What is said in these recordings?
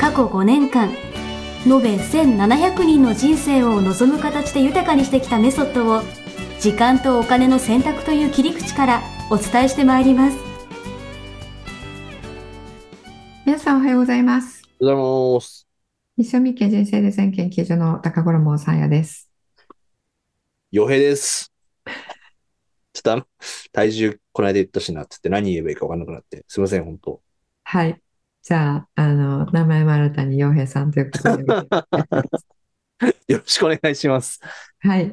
過去5年間延べ1700人の人生を望む形で豊かにしてきたメソッドを時間とお金の選択という切り口からお伝えしてまいります皆さんおはようございます。おはようございます。西尾美家人生デザイン研究所の高頃もさんやです。洋平です。ちょっと、体重この間言ったしなってって何言えばいいか分かんなくなって。すいません、本当。 はい。じゃあ、あの、名前も新たに洋平さんということ で。よろしくお願いします。はい。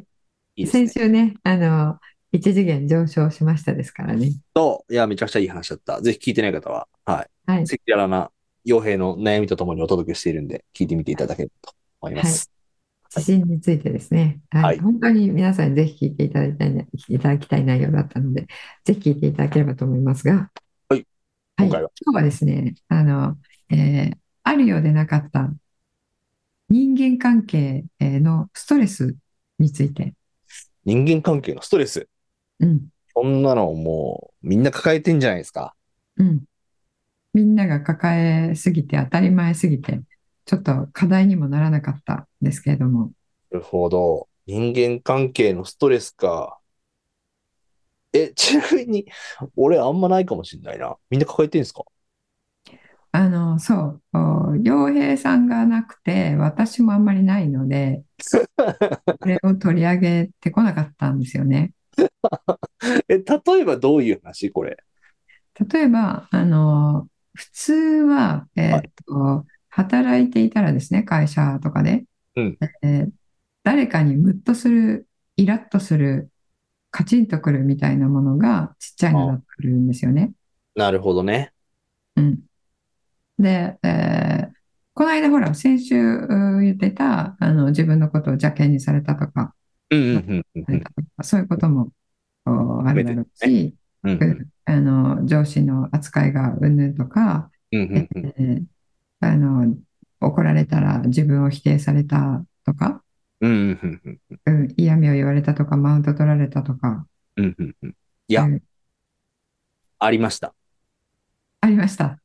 いいですね。先週ね、あの、一次元上昇しましたですからね。と、いや、めちゃくちゃいい話だった。ぜひ聞いてない方は、ははいい。赤裸々な洋平の悩みとともにお届けしているんで、聞いてみていただけると思います。地震についてですね。はい。はい本当に皆さんにぜひ聞いていただきたいな、いただきたい内容だったので、ぜひ聞いていただければと思いますが。ははい。い。今回は今日はですね、あの、えーあるようでなかった人間関係えーのストレスについて。人間関係のストレス。うん。そんなのもう、みんな抱えてんじゃないですか。うん。みんなが抱えすぎて当たり前すぎて、ちょっと課題にもならなかったんですけれども。なるほど。人間関係のストレスか。え、ちなみに、俺あんまないかもしんないな。みんな抱えてんすかあの、そう、お洋平さんがなくて、私もあんまりないの で、これを取り上げてこなかったんですよね。え、例えばどういう話これ。例えば、あの、普通は、えーっと、働いていたらですね、会社とかで、うんえー誰かにムッとする、イラッとする、カチンとくるみたいなものがちっちゃいのだとくるんですよね。なるほどね。うん。で、えーこの間ほら、先週うー言ってた、あの、自分のことを邪険にされたとか、うんうんうんうなんんかそういうこともおあるだろうし、うん。うんうんあの、上司の扱いがうんぬんとか、うんうん。えーあの、怒られたら自分を否定されたとか、うんうんうんうんうん、嫌味を言われたとか、マウント取られたとか、うんうんうん。いやうん、ありました。ありました。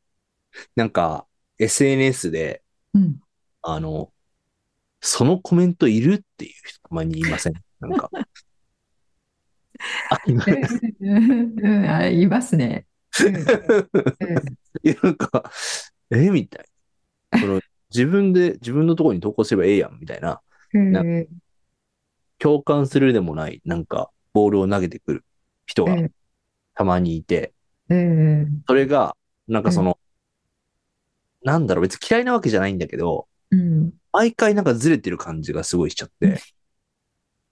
なんか、SNS で、 うん。あの、そのコメントいるっていう人たまにいません。なんか。あ、いないうん、あれ、いますね。うんうんいや、なんか、えみたいな。その 自分で、自分のところに投稿すればええやん、みたいな。うんな共感するでもない、なんか、ボールを投げてくる人がうんたまにいて、うんそれが、なんかその、なんだろう、別に嫌いなわけじゃないんだけど、うん毎回なんかずれてる感じがすごいしちゃっうんて、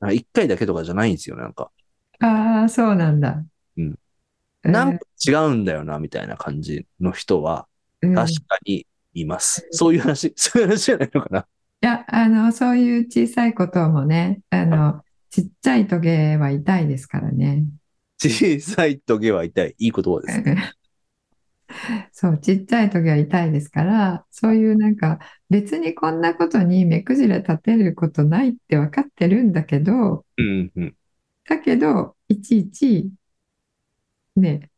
なんか一回だけとかじゃないんですよね、なんか。ああ、そうなんだ。うんえーなんか違うんだよな、みたいな感じの人は、うん確かにいます。そういう話、そういう話じゃないのかな。いや、あの、そういう小さいこともね、あの、ちっちゃいトゲは痛いですから ね。小さいトゲは痛い。いい言葉ですね。そう、ちっちゃい時は痛いですから、そういうなんか別にこんなことに目くじら立てることないって分かってるんだけど、うんうん。だけど、いちいち、ね、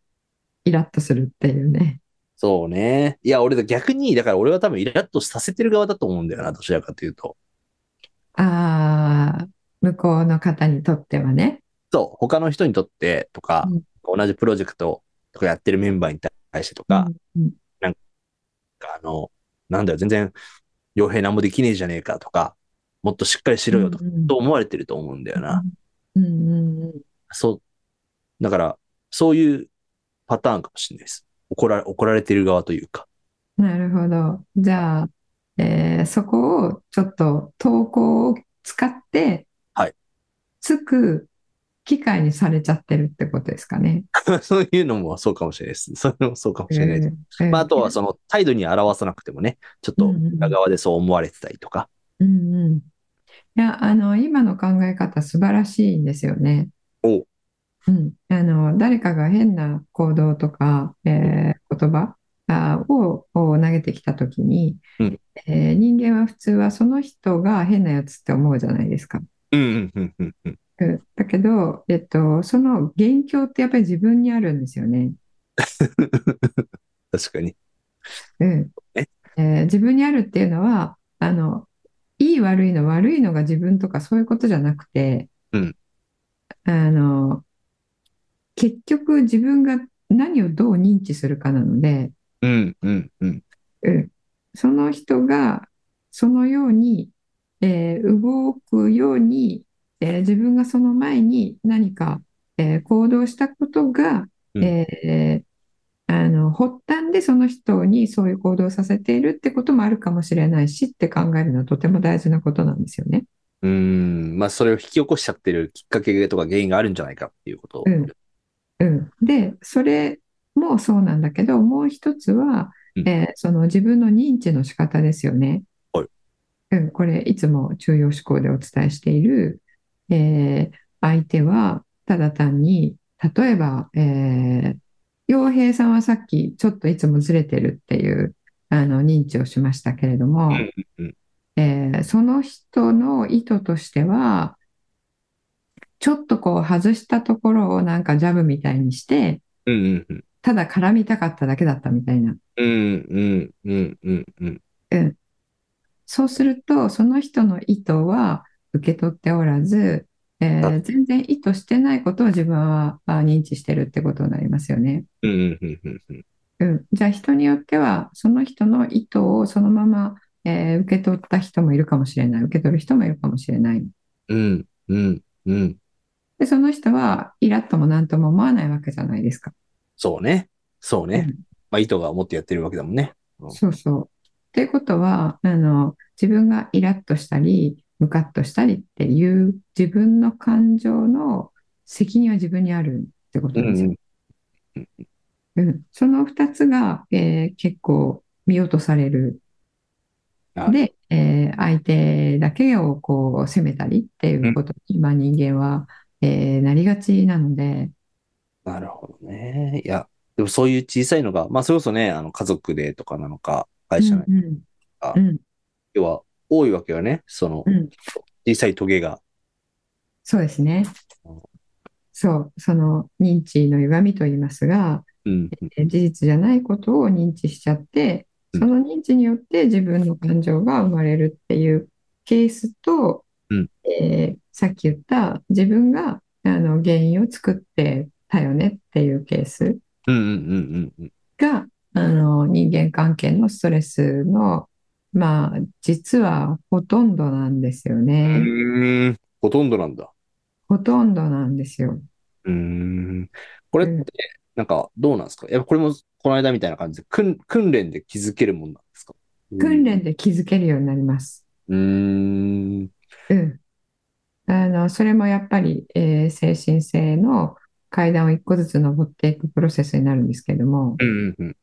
イラッとするっていうね。そうね。いや、俺、逆に、だから俺は多分イラッとさせてる側だと思うんだよな、どちらかというと。ああ、向こうの方にとってはね。そう、他の人にとってとか、同じプロジェクトとかやってるメンバーに対してとか、うんあの、なんだよ、全然、傭兵なんもできねえじゃねえかとか、もっとしっかりしろよとか、うんうんと思われてると思うんだよな。うんうんうんそう、だから、そういうパターンかもしれないです。怒ら、怒られてる側というか。 なるほど。じゃあ、えーそこをちょっと投稿を使ってはいつく機械にされちゃってるってことですかね。そういうのもそうかもしれないです。それもそうかもしれないです。えーまあ、あとはその態度に表さなくてもね、ちょっとうんうん裏側でそう思われてたりとか。うんうん。いや、あの、今の考え方素晴らしいんですよね。おうん。あの、誰かが変な行動とか、えー言葉あーを、を投げてきたときに、うんえー人間は普通はその人が変なやつって思うじゃないですか。うんうんうんうんうん。うんだけど、えっと、その元凶ってやっぱり自分にあるんですよね。 確かに。うん。ねえー自分にあるっていうのは、あの、いい悪いの悪いのが自分とかそういうことじゃなくて、うんあの、結局自分が何をどう認知するかなので、うんうんうん。うん、その人がそのように、えー動くように、えー自分がその前に何か、えー行動したことが、うんえーあの発端でその人にそういう行動をさせているってこともあるかもしれないしって考えるのはとても大事なことなんですよね。うーん。まあ、それを引き起こしちゃってるきっかけとか原因があるんじゃないかっていうこと。うんうん、でそれもそうなんだけどもう一つは、うんえーその自分の認知の仕方ですよね。はいうん、これいつも中庸思考でお伝えしている、えー相手はただ単に例えば、えー、洋平さんはさっきちょっといつもずれてるっていうあの認知をしましたけれども、うんうんえーその人の意図としては、ちょっとこう外したところをなんかジャブみたいにして、うんうんうん。ただ絡みたかっただけだったみたいな。うんうんうんうんうん。そうすると、その人の意図は受け取っておらず、えー全然意図してないことを自分はあ認知してるってことになりますよね。うんうんうんうんうん。うん。じゃあ人によっては、その人の意図をそのまま、えー受け取った人もいるかもしれない。受け取る人もいるかもしれない。うんうんうん。で、その人はイラッともなんとも思わないわけじゃないですか。そうね。そうねうん。まあ、意図が持ってやってるわけだもんね。そうそう。ということは、あの、自分がイラッとしたり、ムカッとしたりっていう自分の感情の責任は自分にあるってことうなんですよ。んうん、その2つが、えー結構見落とされる。はいで、えー相手だけをこう責めたりっていうことに、今人間は、えーなりがちなので、なるほどね。いや、でもそういう小さいのが、まあ、それこそね、あの家族でとかなのか、会社なのか、うんうんあうん要は多いわけよね。そのうん小さいトゲが。そうですねうん。そう、その認知の歪みと言いますが、うん。事実じゃないことを認知しちゃって、うんその認知によって自分の感情が生まれるっていうケースと、うんえーさっき言った自分があの原因を作ってたよねっていうケースうんうんうんうんうん。があの人間関係のストレスのまあ実はほとんどなんですようね。ーん。ほとんどなんだ。ほとんどなんですよ。うーん。これっうてん、なんかどうなんですかやっぱこれもこの間みたいな感じで、訓訓練で気づけるもんなんですか訓練で気づけるようになります。うーん。うん。あの、それもやっぱり、えー精神性の階段を一個ずつ登っていくプロセスになるんですけれども、うんうんうん。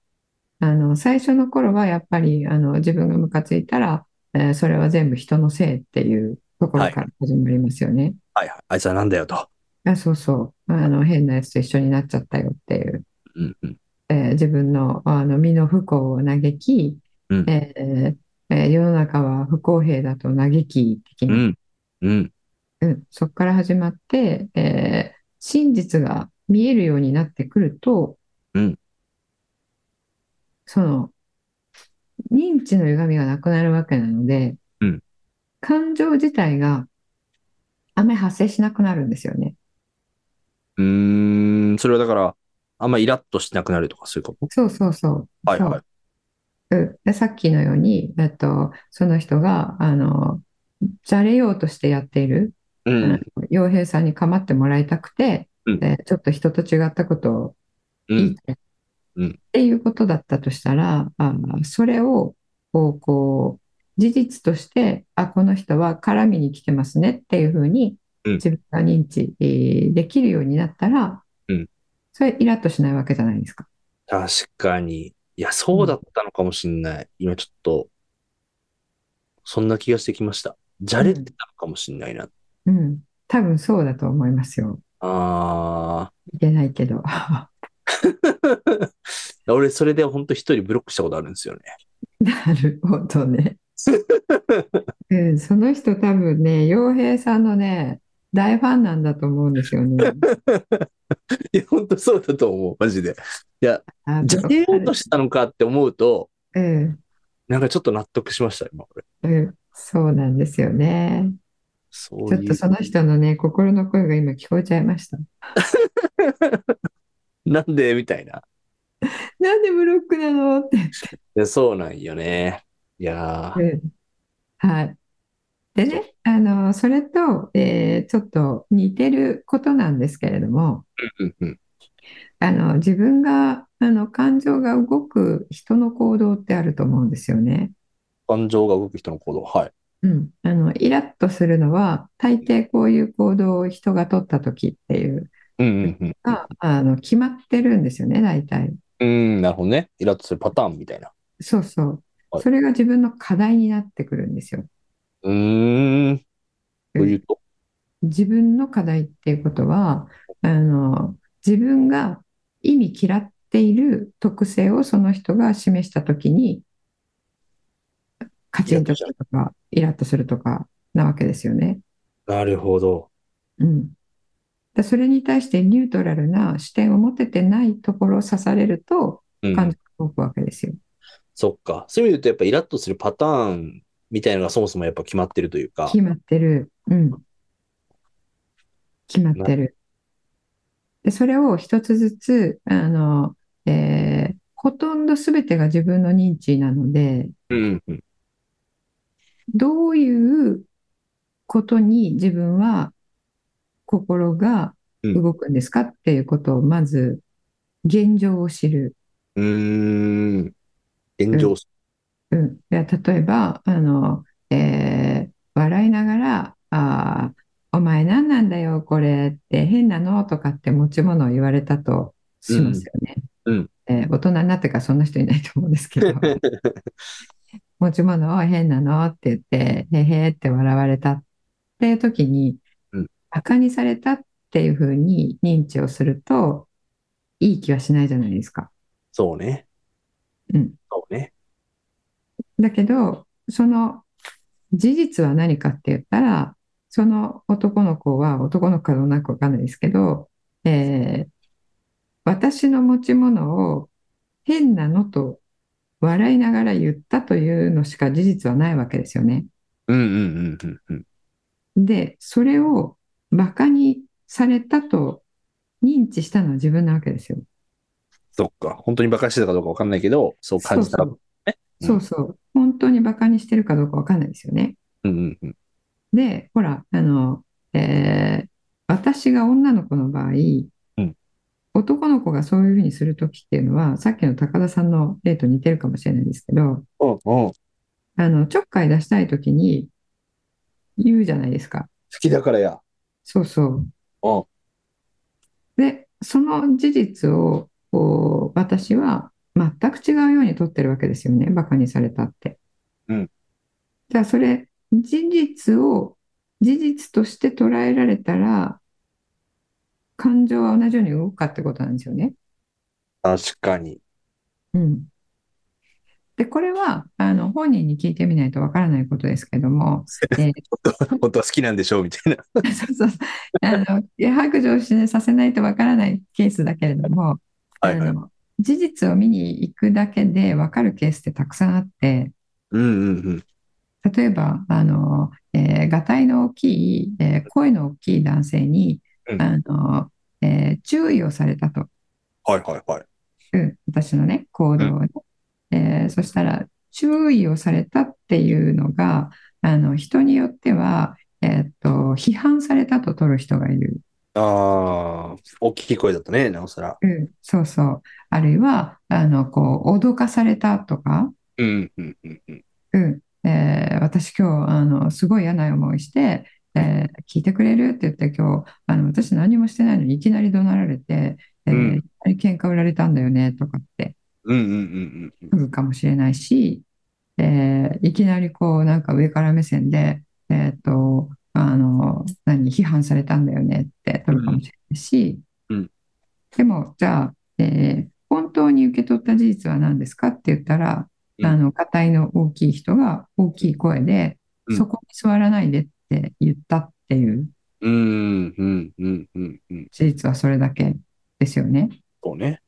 あの、最初の頃はやっぱり、あの、自分がムカついたら、えーそれは全部人のせいっていうところから始まりますよね。はいはい。あいつはなんだよと。あ、そうそう。あの、変なやつと一緒になっちゃったよっていう。うんうん。えー自分の、あの身の不幸を嘆き、うんえーえー世の中は不公平だと嘆き的うな、ん。うん。うん、そこから始まって、えー真実が見えるようになってくると、うんその認知の歪みがなくなるわけなので、うん感情自体があんまり発生しなくなるんですよね。うーん。それはだから、あんまイラッとしなくなるとかそういうことそうそうそう。はいそうはい。うんでさっきのように、えっと、その人が、あの、じゃれようとしてやっている、うあのん。洋平さんに構ってもらいたくて、うんえーちょっと人と違ったことをう言いん。たいっうんていうことだったとしたら、あのそれを、こう、こう、事実として、あ、この人は絡みに来てますねっていうふうにうん自分が認知えーできるようになったらうん、それイラッとしないわけじゃないですか。確かに。いや、そうだったのかもしんない。今ちょっと、そんな気がしてきました。じゃれてたのかもしんないな。うん。多分そうだと思いますよ。あ言えないけど。 あ。 俺、それで本当一人ブロックしたことあるんですよね。なるほど ね。うん、その人多分ね、洋平さんのね、大ファンなんだと思うんですよ ね。いや、本当そうだと思う。マジで。あじゃれようとしたのかって思うと、うん、なんかちょっと納得しました、今俺。うん、そうなんですよね。そうちょっいうとその人のね、心の声が今聞こえちゃいました。なんでみたいな。なんでブロックなのって。いやそうなんよね。いやーうんはい。でね、あの、それと、えーちょっと似てることなんですけれども、うんうんあの、自分が、あの、感情が動く人の行動ってあると思うんですよね。感情が動く人の行動。はい。うん。あの、イラッとするのは、大抵こういう行動を人が取った時っていううんうんうん。のが、あの、決まってるんですよね、大体。うーん、なるほどね。イラッとするパターンみたいな。そうそうは。いそれが自分の課題になってくるんですよ。うーん。というと。自分の課題っていうことはあの自分が意味嫌っている特性をその人が示した時にカチンとくるとかイラッとするとかなわけですよね。なるほど。うん、だそれに対してニュートラルな視点を持ててないところを刺されるとうん感情が動くわけですよ。そっか。そういう意味で言うと、やっぱイラッとするパターンみたいなのがそもそもやっぱ決まってるというか決。まってる。うん。決まってる。で、それを一つずつ、あの、えーほとんど全てが自分の認知なので、うんうん。どういうことに自分は心が動くんですかっていうことを、まず、現状を知る。うーん。炎上すうん、いや例えばあの、えー笑いながら「あーお前何なんだよこれ」って変なのとかって持ち物を言われたとしますよね。うんうんえー大人になってからそんな人いないと思うんですけ ど持ち物を変なのって言って「へへ」って笑われたっていう時にうんバカにされたっていうふうに認知をするといい気はしないじゃないですか。そうね。うんそうね。だけど、その事実は何かって言ったら、その男の子は、男の子かどうなのかわかんないですけど、えー私の持ち物を変なのと笑いながら言ったというのしか事実はないわけですよね。うんうんうんうんうん。で、それをバカにされたと認知したのは自分なわけですよ。そっか。本当に馬鹿にしてたかどうかわかんないけど、そう感じたら。そううそうそうそう。本当にバカにしてるかどうかわかんないですよね。んうんうん。で、ほら、あの、えー私が女の子の場合、ん男の子がそういうふうにするときっていうのは、さっきの高田さんの例と似てるかもしれないですけど、うんうん。好あの、ちょっかい出したいときに言うじゃないですか。きだからや。そうそう。うん。で、その事実を、こう、私は全く違うように取ってるわけですよね。バカにされたって。うんじゃあ、それ、事実を、事実として捉えられたら、感情は同じように動くかってことなんですよね。確かに。うん。で、これは、あの、本人に聞いてみないとわからないことですけど も、えー本当は好きなんでしょうみたいな。 そうそうそうあのいや白状しさせないとわからないケースだけれども、はいはいあの事実を見に行くだけでわかるケースってたくさんあってうんうんうん。例えばあの、えー、がたいの大きい、えー声の大きい男性に、うんあのえー注意をされたと、はいはいはい。うん私のね行動をね、えーそしたら注意をされたっていうのがあの人によっては、えーっと批判されたと取る人がいる。ああ、大きい声だったね、なおさら。うん、そうそう。あるいは、あの、こう、脅かされたとか、うんうんうんうん。うん、えー私今日、あの、すごい嫌な思いして、えー聞いてくれるって言って今日あの私何もしてないのにいきなり怒鳴られて、えーうんいきなり喧嘩売られたんだよねとかってうんうんうんうん。来るかもしれないし、えーいきなりこうなんか上から目線で、えーっとあの何批判されたんだよねって来るかもしれないし、うんうんでもじゃあ、えー本当に受け取った事実は何ですかって言ったら、うんあの硬いの大きい人が大きい声で、うんそこに座らないでって言ったっていううんうんうんうんうん。事実はそれだけですよね。そうね。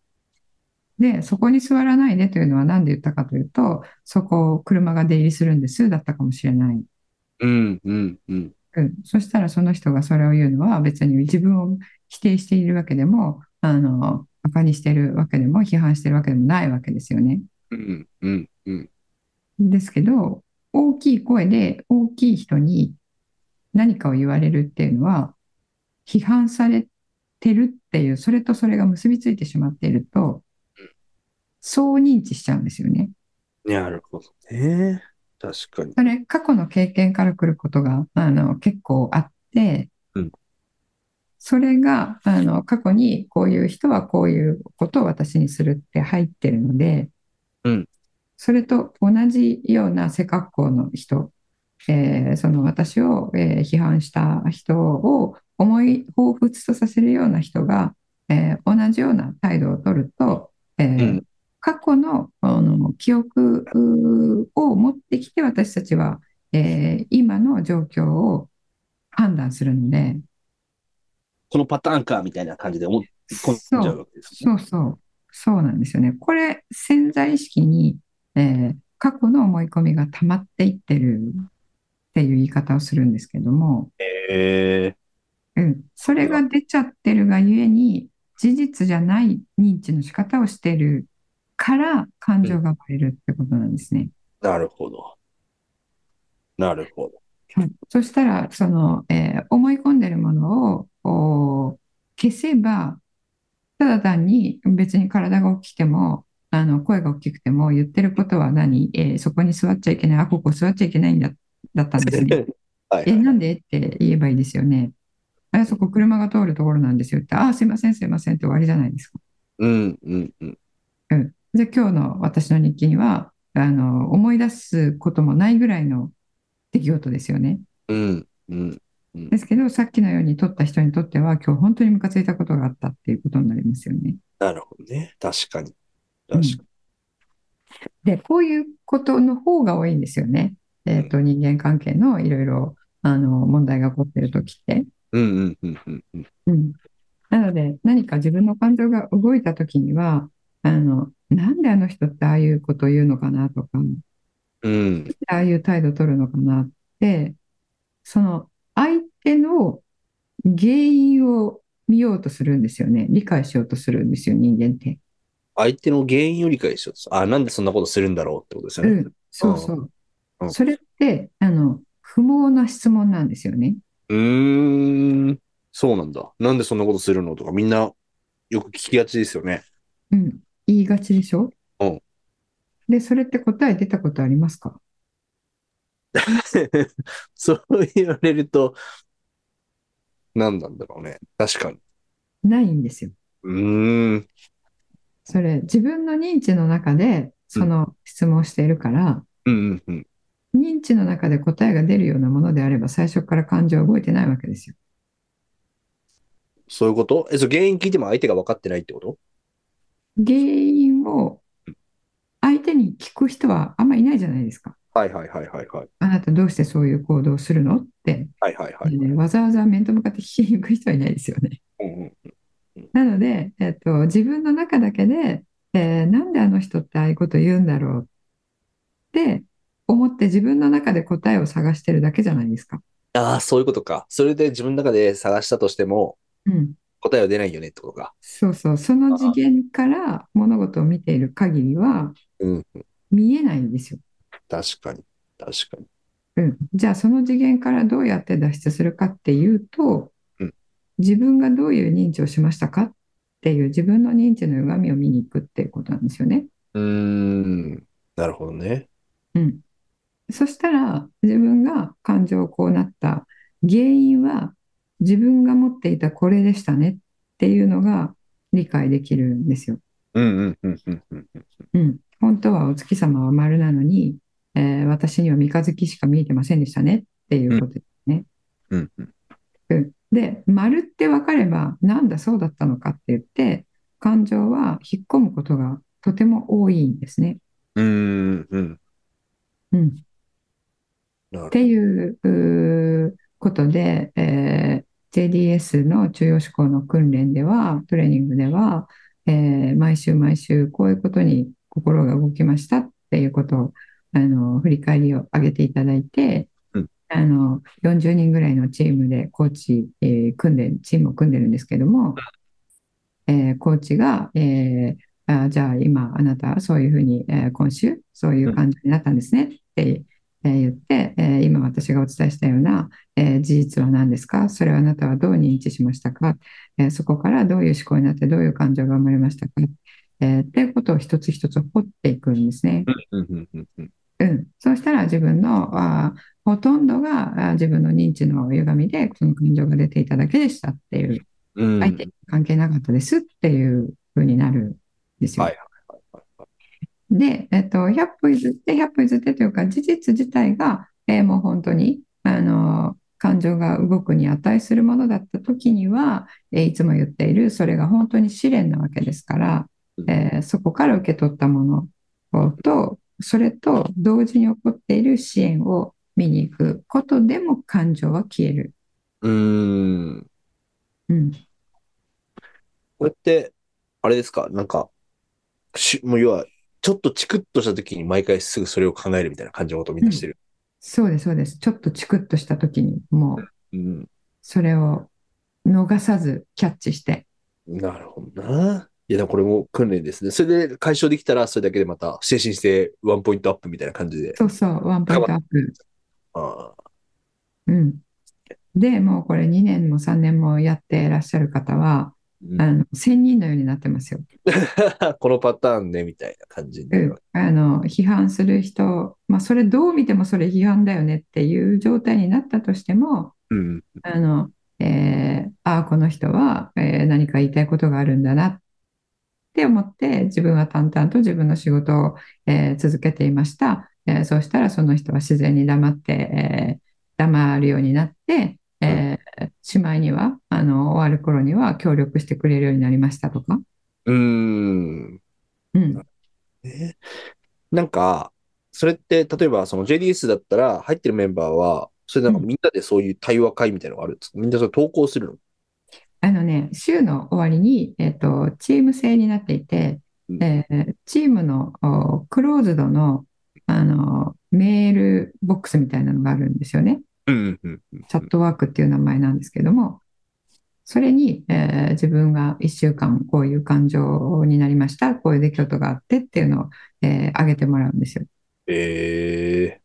で、そこに座らないでというのは何で言ったかというと、そこを車が出入りするんですだったかもしれない。うんうんうん。うん、そしたらその人がそれを言うのは別に自分を否定しているわけでも、あの、馬鹿にしてるわけでも、批判してるわけでもないわけですよね。うんうんうん。ですけど、大きい声で大きい人に何かを言われるっていうのは、批判されてるっていう、それとそれが結びついてしまっているとうん、そう認知しちゃうんですよね。なるほどね。確かに。それ、過去の経験から来ることが、あの、結構あってうん、それが、あの、過去にこういう人はこういうことを私にするって入ってるのでうん、それと同じような背格好の人、えーその私を、えー批判した人を思い彷彿とさせるような人が、えー同じような態度を取ると、えーうん過去のあの記憶うーを持ってきて私たちは、えー今の状況を判断するので、このパターンか、みたいな感じで思い込んじゃうわけですね。そうそう、そうなんですよね。これ、潜在意識に、えー過去の思い込みが溜まっていってるっていう言い方をするんですけども、へうえ。ん、それが出ちゃってるがゆえに、事実じゃない認知の仕方をしてるから、感情が生まれるってことなんですね。なるほど。なるほど。はい、そしたらその、えー思い込んでるものをおー消せばただ単に別に体が大きくてもあの声が大きくても言ってることは何、えーそこに座っちゃいけないあここ座っちゃいけないんだだったんですねはい、 えなんでって言えばいいですよねあそこ車が通るところなんですよってあすいませんすいませんって終わりじゃないですかうんうんうん。で今日の私の日記にはあの思い出すこともないぐらいの出来事ですよねうんうん。ですけど、さっきのように取った人にとっては、今日本当にムカついたことがあったっていうことになりますよね。なるほどね。確かに。確かに。で、こういうことの方が多いんですよね。えっと、人間関係のいろいろ、あの、問題が起こってるときって。うんうんうんうんうん。うん。なので、何か自分の感情が動いたときには、あの、なんであの人ってああいうことを言うのかなとか、うん。ああいう態度を取るのかなって、その相手の原因を見ようとするんですよね。理解しようとするんですよ、人間って。相手の原因を理解しようとする。あ、なんでそんなことするんだろうってことですようね。ん、そうそうう。んそれって、あの、不毛な質問なんですよね。うーん。そうなんだ。なんでそんなことするのとか、みんなよく聞きがちですよね。うん。言いがちでしょうんで、それって答え出たことありますか そう言われると、何なんだろうね。確かに。ないんですよ。うーん。それ、自分の認知の中で、その質問をしているから、うんうんうん。認知の中で答えが出るようなものであれば、最初から感情は動いてないわけですよ。そういうことえ、そう、原因聞いても相手が分かってないってこと原因を相手に聞く人はあんまりいないじゃないですか。はいはいはいはいはい。あなたどうしてそういう行動をするのって、はいはいはい。えーわざわざ面と向かって聞きに行く人はいないですよね。うんうんなので、えっと、自分の中だけで、えーなんであの人ってああいうこと言うんだろうって思って自分の中で答えを探してるだけじゃないですか。ああ、そういうことか。それで自分の中で探したとしても、うん、答えは出ないよねってことか。そうそう、その次元から物事を見ている限りはうん、見えないんですよ。確かに。確かに。うん、じゃあその次元からどうやって脱出するかっていうとうん、自分がどういう認知をしましたかっていう自分の認知の歪みを見に行くっていうことなんですよね。うーん、なるほどね。うん、そしたら自分が感情をこうなった、原因は自分が持っていたこれでしたねっていうのが理解できるんですよ。うんうんうんうんうんうん。うん、本当はお月様は丸なのに、えー私には三日月しか見えてませんでしたねっていうことですね。うんうん。うんで丸って分かればなんだそうだったのかって言って感情は引っ込むことがとても多いんですね。うんうん。うん、っなるほどていううーことで、えー JDS の中央思考の訓練ではトレーニングでは、えー毎週毎週こういうことに心が動きましたっていうことをあの振り返りを上げていただいて、うんあの40人ぐらいのチームでコーチ、えー組んでチームを組んでるんですけども、えーコーチが、えーあじゃあ今あなたはそういうふうに、えー今週そういう感じになったんですねって、えー言って、えー今私がお伝えしたような、えー事実は何ですかそれはあなたはどう認知しましたか、えーそこからどういう思考になってどういう感情が生まれましたか、えーっていうことを一つ一つ掘っていくんですね。うんうんうんうん。うん、そうしたら自分のあーほとんどがあー自分の認知の歪みでその感情が出ていただけでしたっていううん相手に関係なかったですっていうふうになるんですよ。はいはいはいはい。で、えっと、100歩譲って100歩譲ってというか事実自体が、えーもう本当にあの感情が動くに値するものだった時には、えーいつも言っているそれが本当に試練なわけですから、うんえーそこから受け取ったものとそれと同時に起こっている支援を見に行くことでも感情は消える。うーん。うん、これって、あれですかなんか、し、もう要は、ちょっとチクッとした時に毎回すぐそれを考えるみたいな感じのことをみんなしてる。そうですそうですちょっとチクッとした時にもううん。それを逃さずキャッチして。なるほどな。いや、でもこれも訓練ですね。それで解消できたら、それだけでまた精神性ワンポイントアップみたいな感じで。そうそう、ワンポイントアップ。ああ。うん。で、もうこれ2年も3年もやってらっしゃる方は、うんあの、仙人のようになってますよ。このパターンね、みたいな感じにうなるんわけ。あの、批判する人、まあ、それどう見てもそれ批判だよねっていう状態になったとしても、うん。あの、えーああ、この人は、えー何か言いたいことがあるんだなって思って、自分は淡々と自分の仕事を、えー続けていました。えーそうしたら、その人は自然に黙って、えー黙るようになって、えーしまいには、あの、終わる頃には協力してくれるようになりましたとか。うーん。うん、ねなんか、それって、例えば、その JDS だったら、入ってるメンバーは、それなんかうんみんなでそういう対話会みたいなのがあるんですかみんなそれ投稿するのあのね、週の終わりに、えっと、チーム制になっていて、うんえーチームのおクローズドの、あのメールボックスみたいなのがあるんですよね。うんうんうん。チャットワークっていう名前なんですけども、それに、えー自分が1週間こういう感情になりました、こういう出来事があってっていうのを、えー上げてもらうんですよ。ええ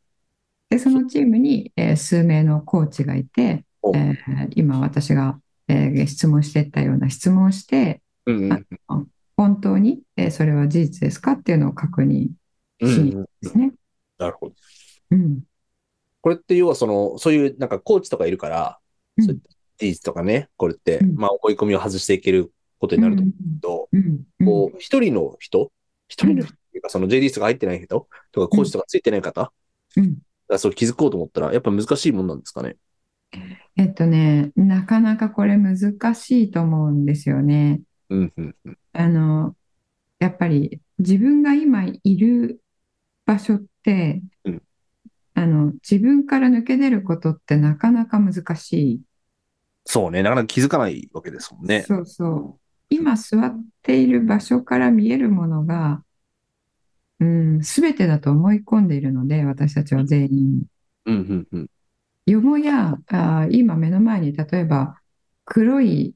で、そのチームに、えー数名のコーチがいて、おえー今私が、えー質問してったような質問をして、うんうん本当に、えーそれは事実ですかっていうのを確認うしに行くんんうん。ですね。なるほど。うん。これって要はその、そういうなんかコーチとかいるから、うんそういった事実とかね、これって、うんまあ思い込みを外していけることになると思うけど、うんうんこう、一人の人、一人の人っていうか、その JDS が入ってない人とか、コーチとかついてない方うんがそう気づこうと思ったら、やっぱ難しいもんなんですかね。えっとね、なかなかこれ難しいと思うんですよね。うん、うん、うん。あの、やっぱり自分が今いる場所ってうん、あの、自分から抜け出ることってなかなか難しい。そうね、なかなか気づかないわけですもんね。そうそう。今座っている場所から見えるものが、うん、全てだと思い込んでいるので、私たちは全員。うん、うん、うん。よもや、あー今目の前に例えば黒い、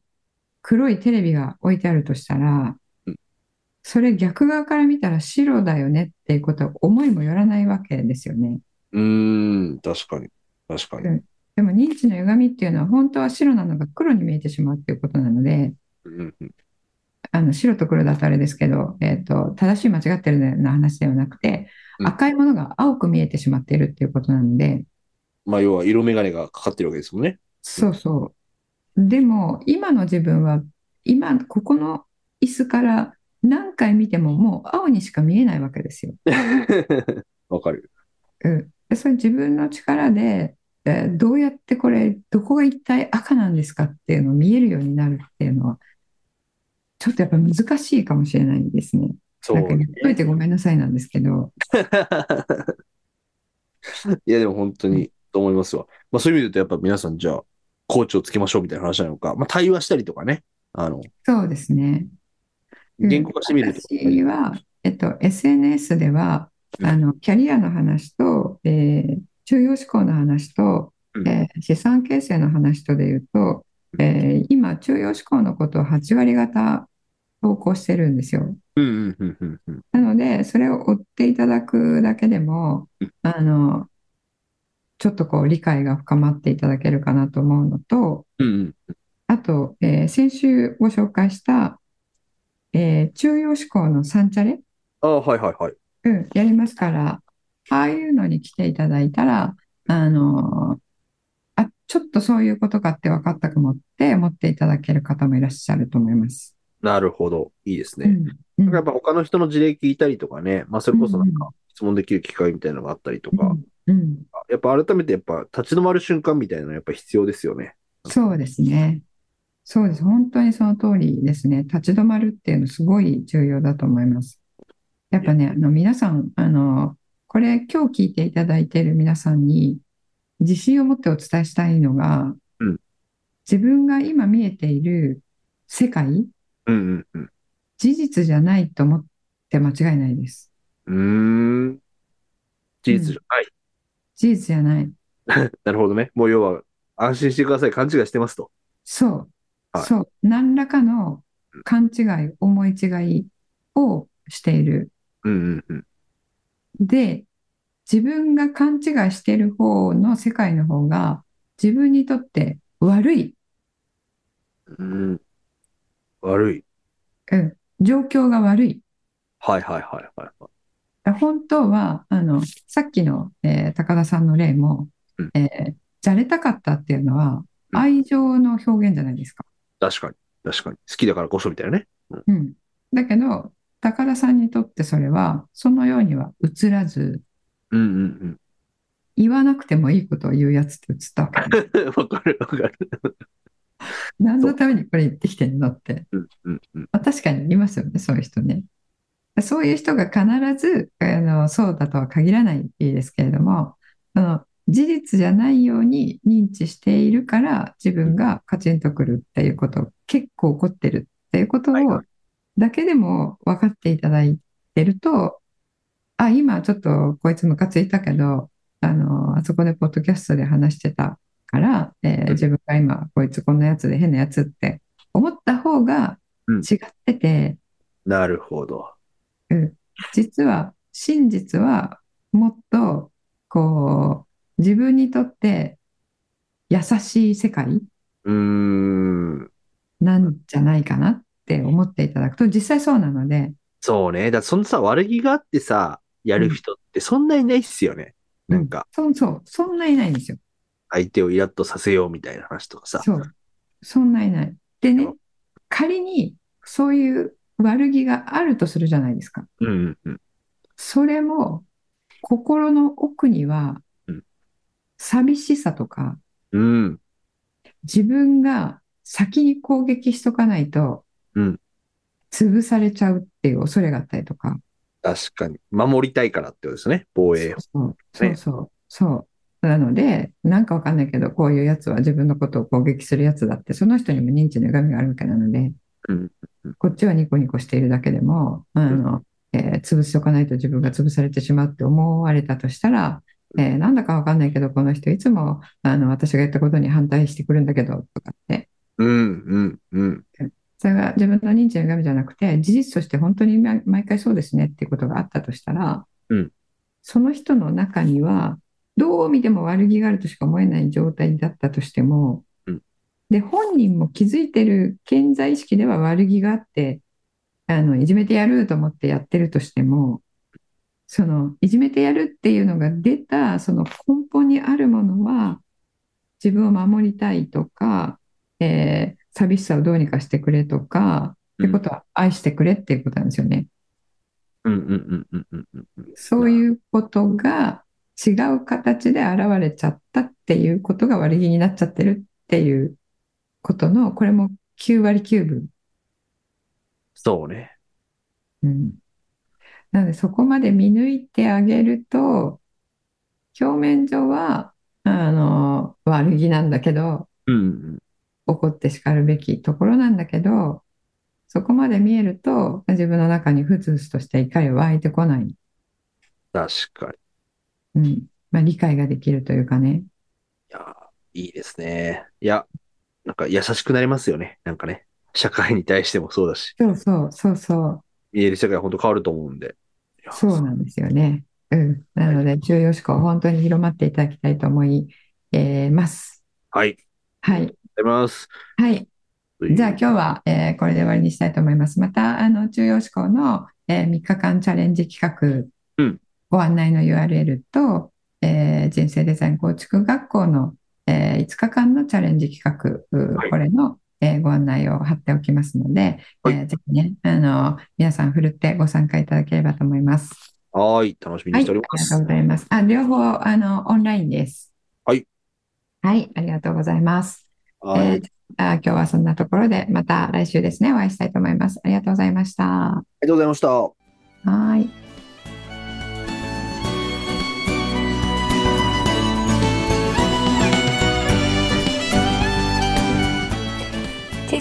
黒いテレビが置いてあるとしたらうん、それ逆側から見たら白だよねっていうことは思いもよらないわけですよね。うーん、確かに。確かに。でも認知の歪みっていうのは本当は白なのが黒に見えてしまうっていうことなので、うん、うん、あの白と黒だとあれですけど、えっと、正しい間違ってるような話ではなくて、うん赤いものが青く見えてしまっているっていうことなので、 まあ、要は色眼鏡がかかってるわけですもんね。そうそう。でも、今の自分は、今、ここの椅子から何回見てももう青にしか見えないわけですよ。わかる。うん、でそれ自分の力で、えーどうやってこれ、どこが一体赤なんですかっていうのを見えるようになるっていうのは、ちょっとやっぱ難しいかもしれないですね。そうなんか言っといてごめんなさいなんですけど。いや、でも本当に、と思いますわ。まあそういう意味で言うと、やっぱ皆さん、じゃあ、コーチをつけましょうみたいな話なのか、まあ対話したりとかね、あの、そうですね。うん言語化してみると。私は、えっと、SNS ではうんあのキャリアの話と、えー中央志向の話と、うんえー資産形成の話とで言うと、えー今中央志向のことを8割方投稿してるんですよ。うんうんうんうんうん。なのでそれを追っていただくだけでもうんあのちょっとこう理解が深まっていただけるかなと思うのと、うんうん。あと、えー先週ご紹介した、えー中央志向のサンチャレ、ああ、はいはいはい。うん、やりますから、ああいうのに来ていただいたら、あのーあ、ちょっとそういうことかって分かったかもって思っていただける方もいらっしゃると思います。なるほど。いいですうね。ん、うんだからやっぱ他の人の事例聞いたりとかね、まあそれこそなんか質問できる機会みたいなのがあったりとか、うんうんやっぱ改めてやっぱ立ち止まる瞬間みたいなのやっぱ必要ですよね。そうですね。そうです。本当にその通りですね。立ち止まるっていうのすごい重要だと思います。やっぱね、あの皆さん、あの、これ今日聞いていただいている皆さんに自信を持ってお伝えしたいのがうん、自分が今見えている世界、うんうん事実じゃないと思って間違いないです。うん。うーん。事実じゃない。事実じゃない。なるほどね。もう要は、安心してください。勘違いしてますと。そう、はいそう、何らかの勘違い、思い違いをしている。うんうんで、自分が勘違いしてる方の世界の方が自分にとって悪い、うん。うん。悪い。うん、状況が悪い。はいはいはいはい。本当は、あの、さっきの、えー高田さんの例もうん、えーじゃれたかったっていうのはうん愛情の表現じゃないですか。確かに。確かに。好きだからこそみたいなね。うん。だけど、高田さんにとってそれは、そのようには映らず、うんうん言わなくてもいいことを言うやつって映ったわけ です。うん。わかるわかる。何のためにこれ言ってきてんのって。うんうんうん。まあ確かにいますよね、そういう人ね。そういう人が必ずあのそうだとは限らないですけれども、その事実じゃないように認知しているから自分がカチンとくるっていうこと、結構起こってるっていうことをはいはだけでも分かっていただいてると、あ、今ちょっとこいつムカついたけど、あの、あそこでポッドキャストで話してたから、えーうん自分が今こいつこんなやつで変なやつって思った方がうん違ってて、なるほど。実は真実はもっとこう自分にとって優しい世界うーん。なんじゃないかなって思っていただくと実際そうなので、そうね。だからそのさ、悪気があってさ、やる人ってそんなにいないっすよね。うんなんか、そうそうそんないないんですよ。相手をイラッとさせようみたいな話とかさ。そうそんないない。でねそう仮にそういう悪気があるとするじゃないですか。うんうんうん。それも心の奥にはうん寂しさとかうん。自分が先に攻撃しとかないと、うん潰されちゃうっていう恐れがあったりとか、確かに。守りたいからってことですね。防衛。そうそうそうそうなのでなんかわかんないけどこういうやつは自分のことを攻撃するやつだってその人にも認知の歪みがあるわけなので、うんこっちはニコニコしているだけでもあの、えー潰しておかないと自分が潰されてしまうって思われたとしたら、えーなんだかわかんないけどこの人いつもあの私が言ったことに反対してくるんだけどとかってうんうんうん。それが自分の認知の歪みじゃなくて、事実として本当に毎毎回そうですねっていうことがあったとしたら、うんその人の中には、どう見ても悪気があるとしか思えない状態だったとしても、うんで、本人も気づいてる健在意識では悪気があって、あの、いじめてやると思ってやってるとしても、その、いじめてやるっていうのが出た、その根本にあるものは、自分を守りたいとか、えー寂しさをどうにかしてくれとか、うんってことは愛してくれっていうことなんですよね。うんうんうんうんうんうんうん。そういうことが違う形で現れちゃったっていうことが悪気になっちゃってるっていうことの、これも9割9分。そうね。うん。なのでそこまで見抜いてあげると、表面上は、あの、悪気なんだけど、うん怒って叱るべきところなんだけど、そこまで見えると、自分の中にふつふつとした怒りは湧いてこない。確かに。いうん。まあ理解ができるというかね。や、いいですね。いや、なんか優しくなりますよね。なんかね。社会に対してもそうだし、そうそう、そうそう、見える世界は本当変わると思うんで。いやそうなんですよね。うん。なので、重要思考、本当に広まっていただきたいと思い、えーます。はい。ありがとはい。うございます。はい。じゃあ今日は、えーこれで終わりにしたいと思います。また、あの、中央志向の、え3日間チャレンジ企画、うんご案内の URL と、えー人生デザイン構築学校の、え5日間のチャレンジ企画、うはいこれの、えーご案内を貼っておきますので、はいえーぜひね、あの、皆さん、ふるってご参加いただければと思います。はーい。楽しみはにい、しあておりりがとうます。ございます。あ、両方、あの、オンラインです。はい。はい、ありがとうございます。えはい。あーりじゃあ今日はそんなところで、また来週ですね、お会いしたいと思います。ありがとうございました。はがとうございました。ーい。人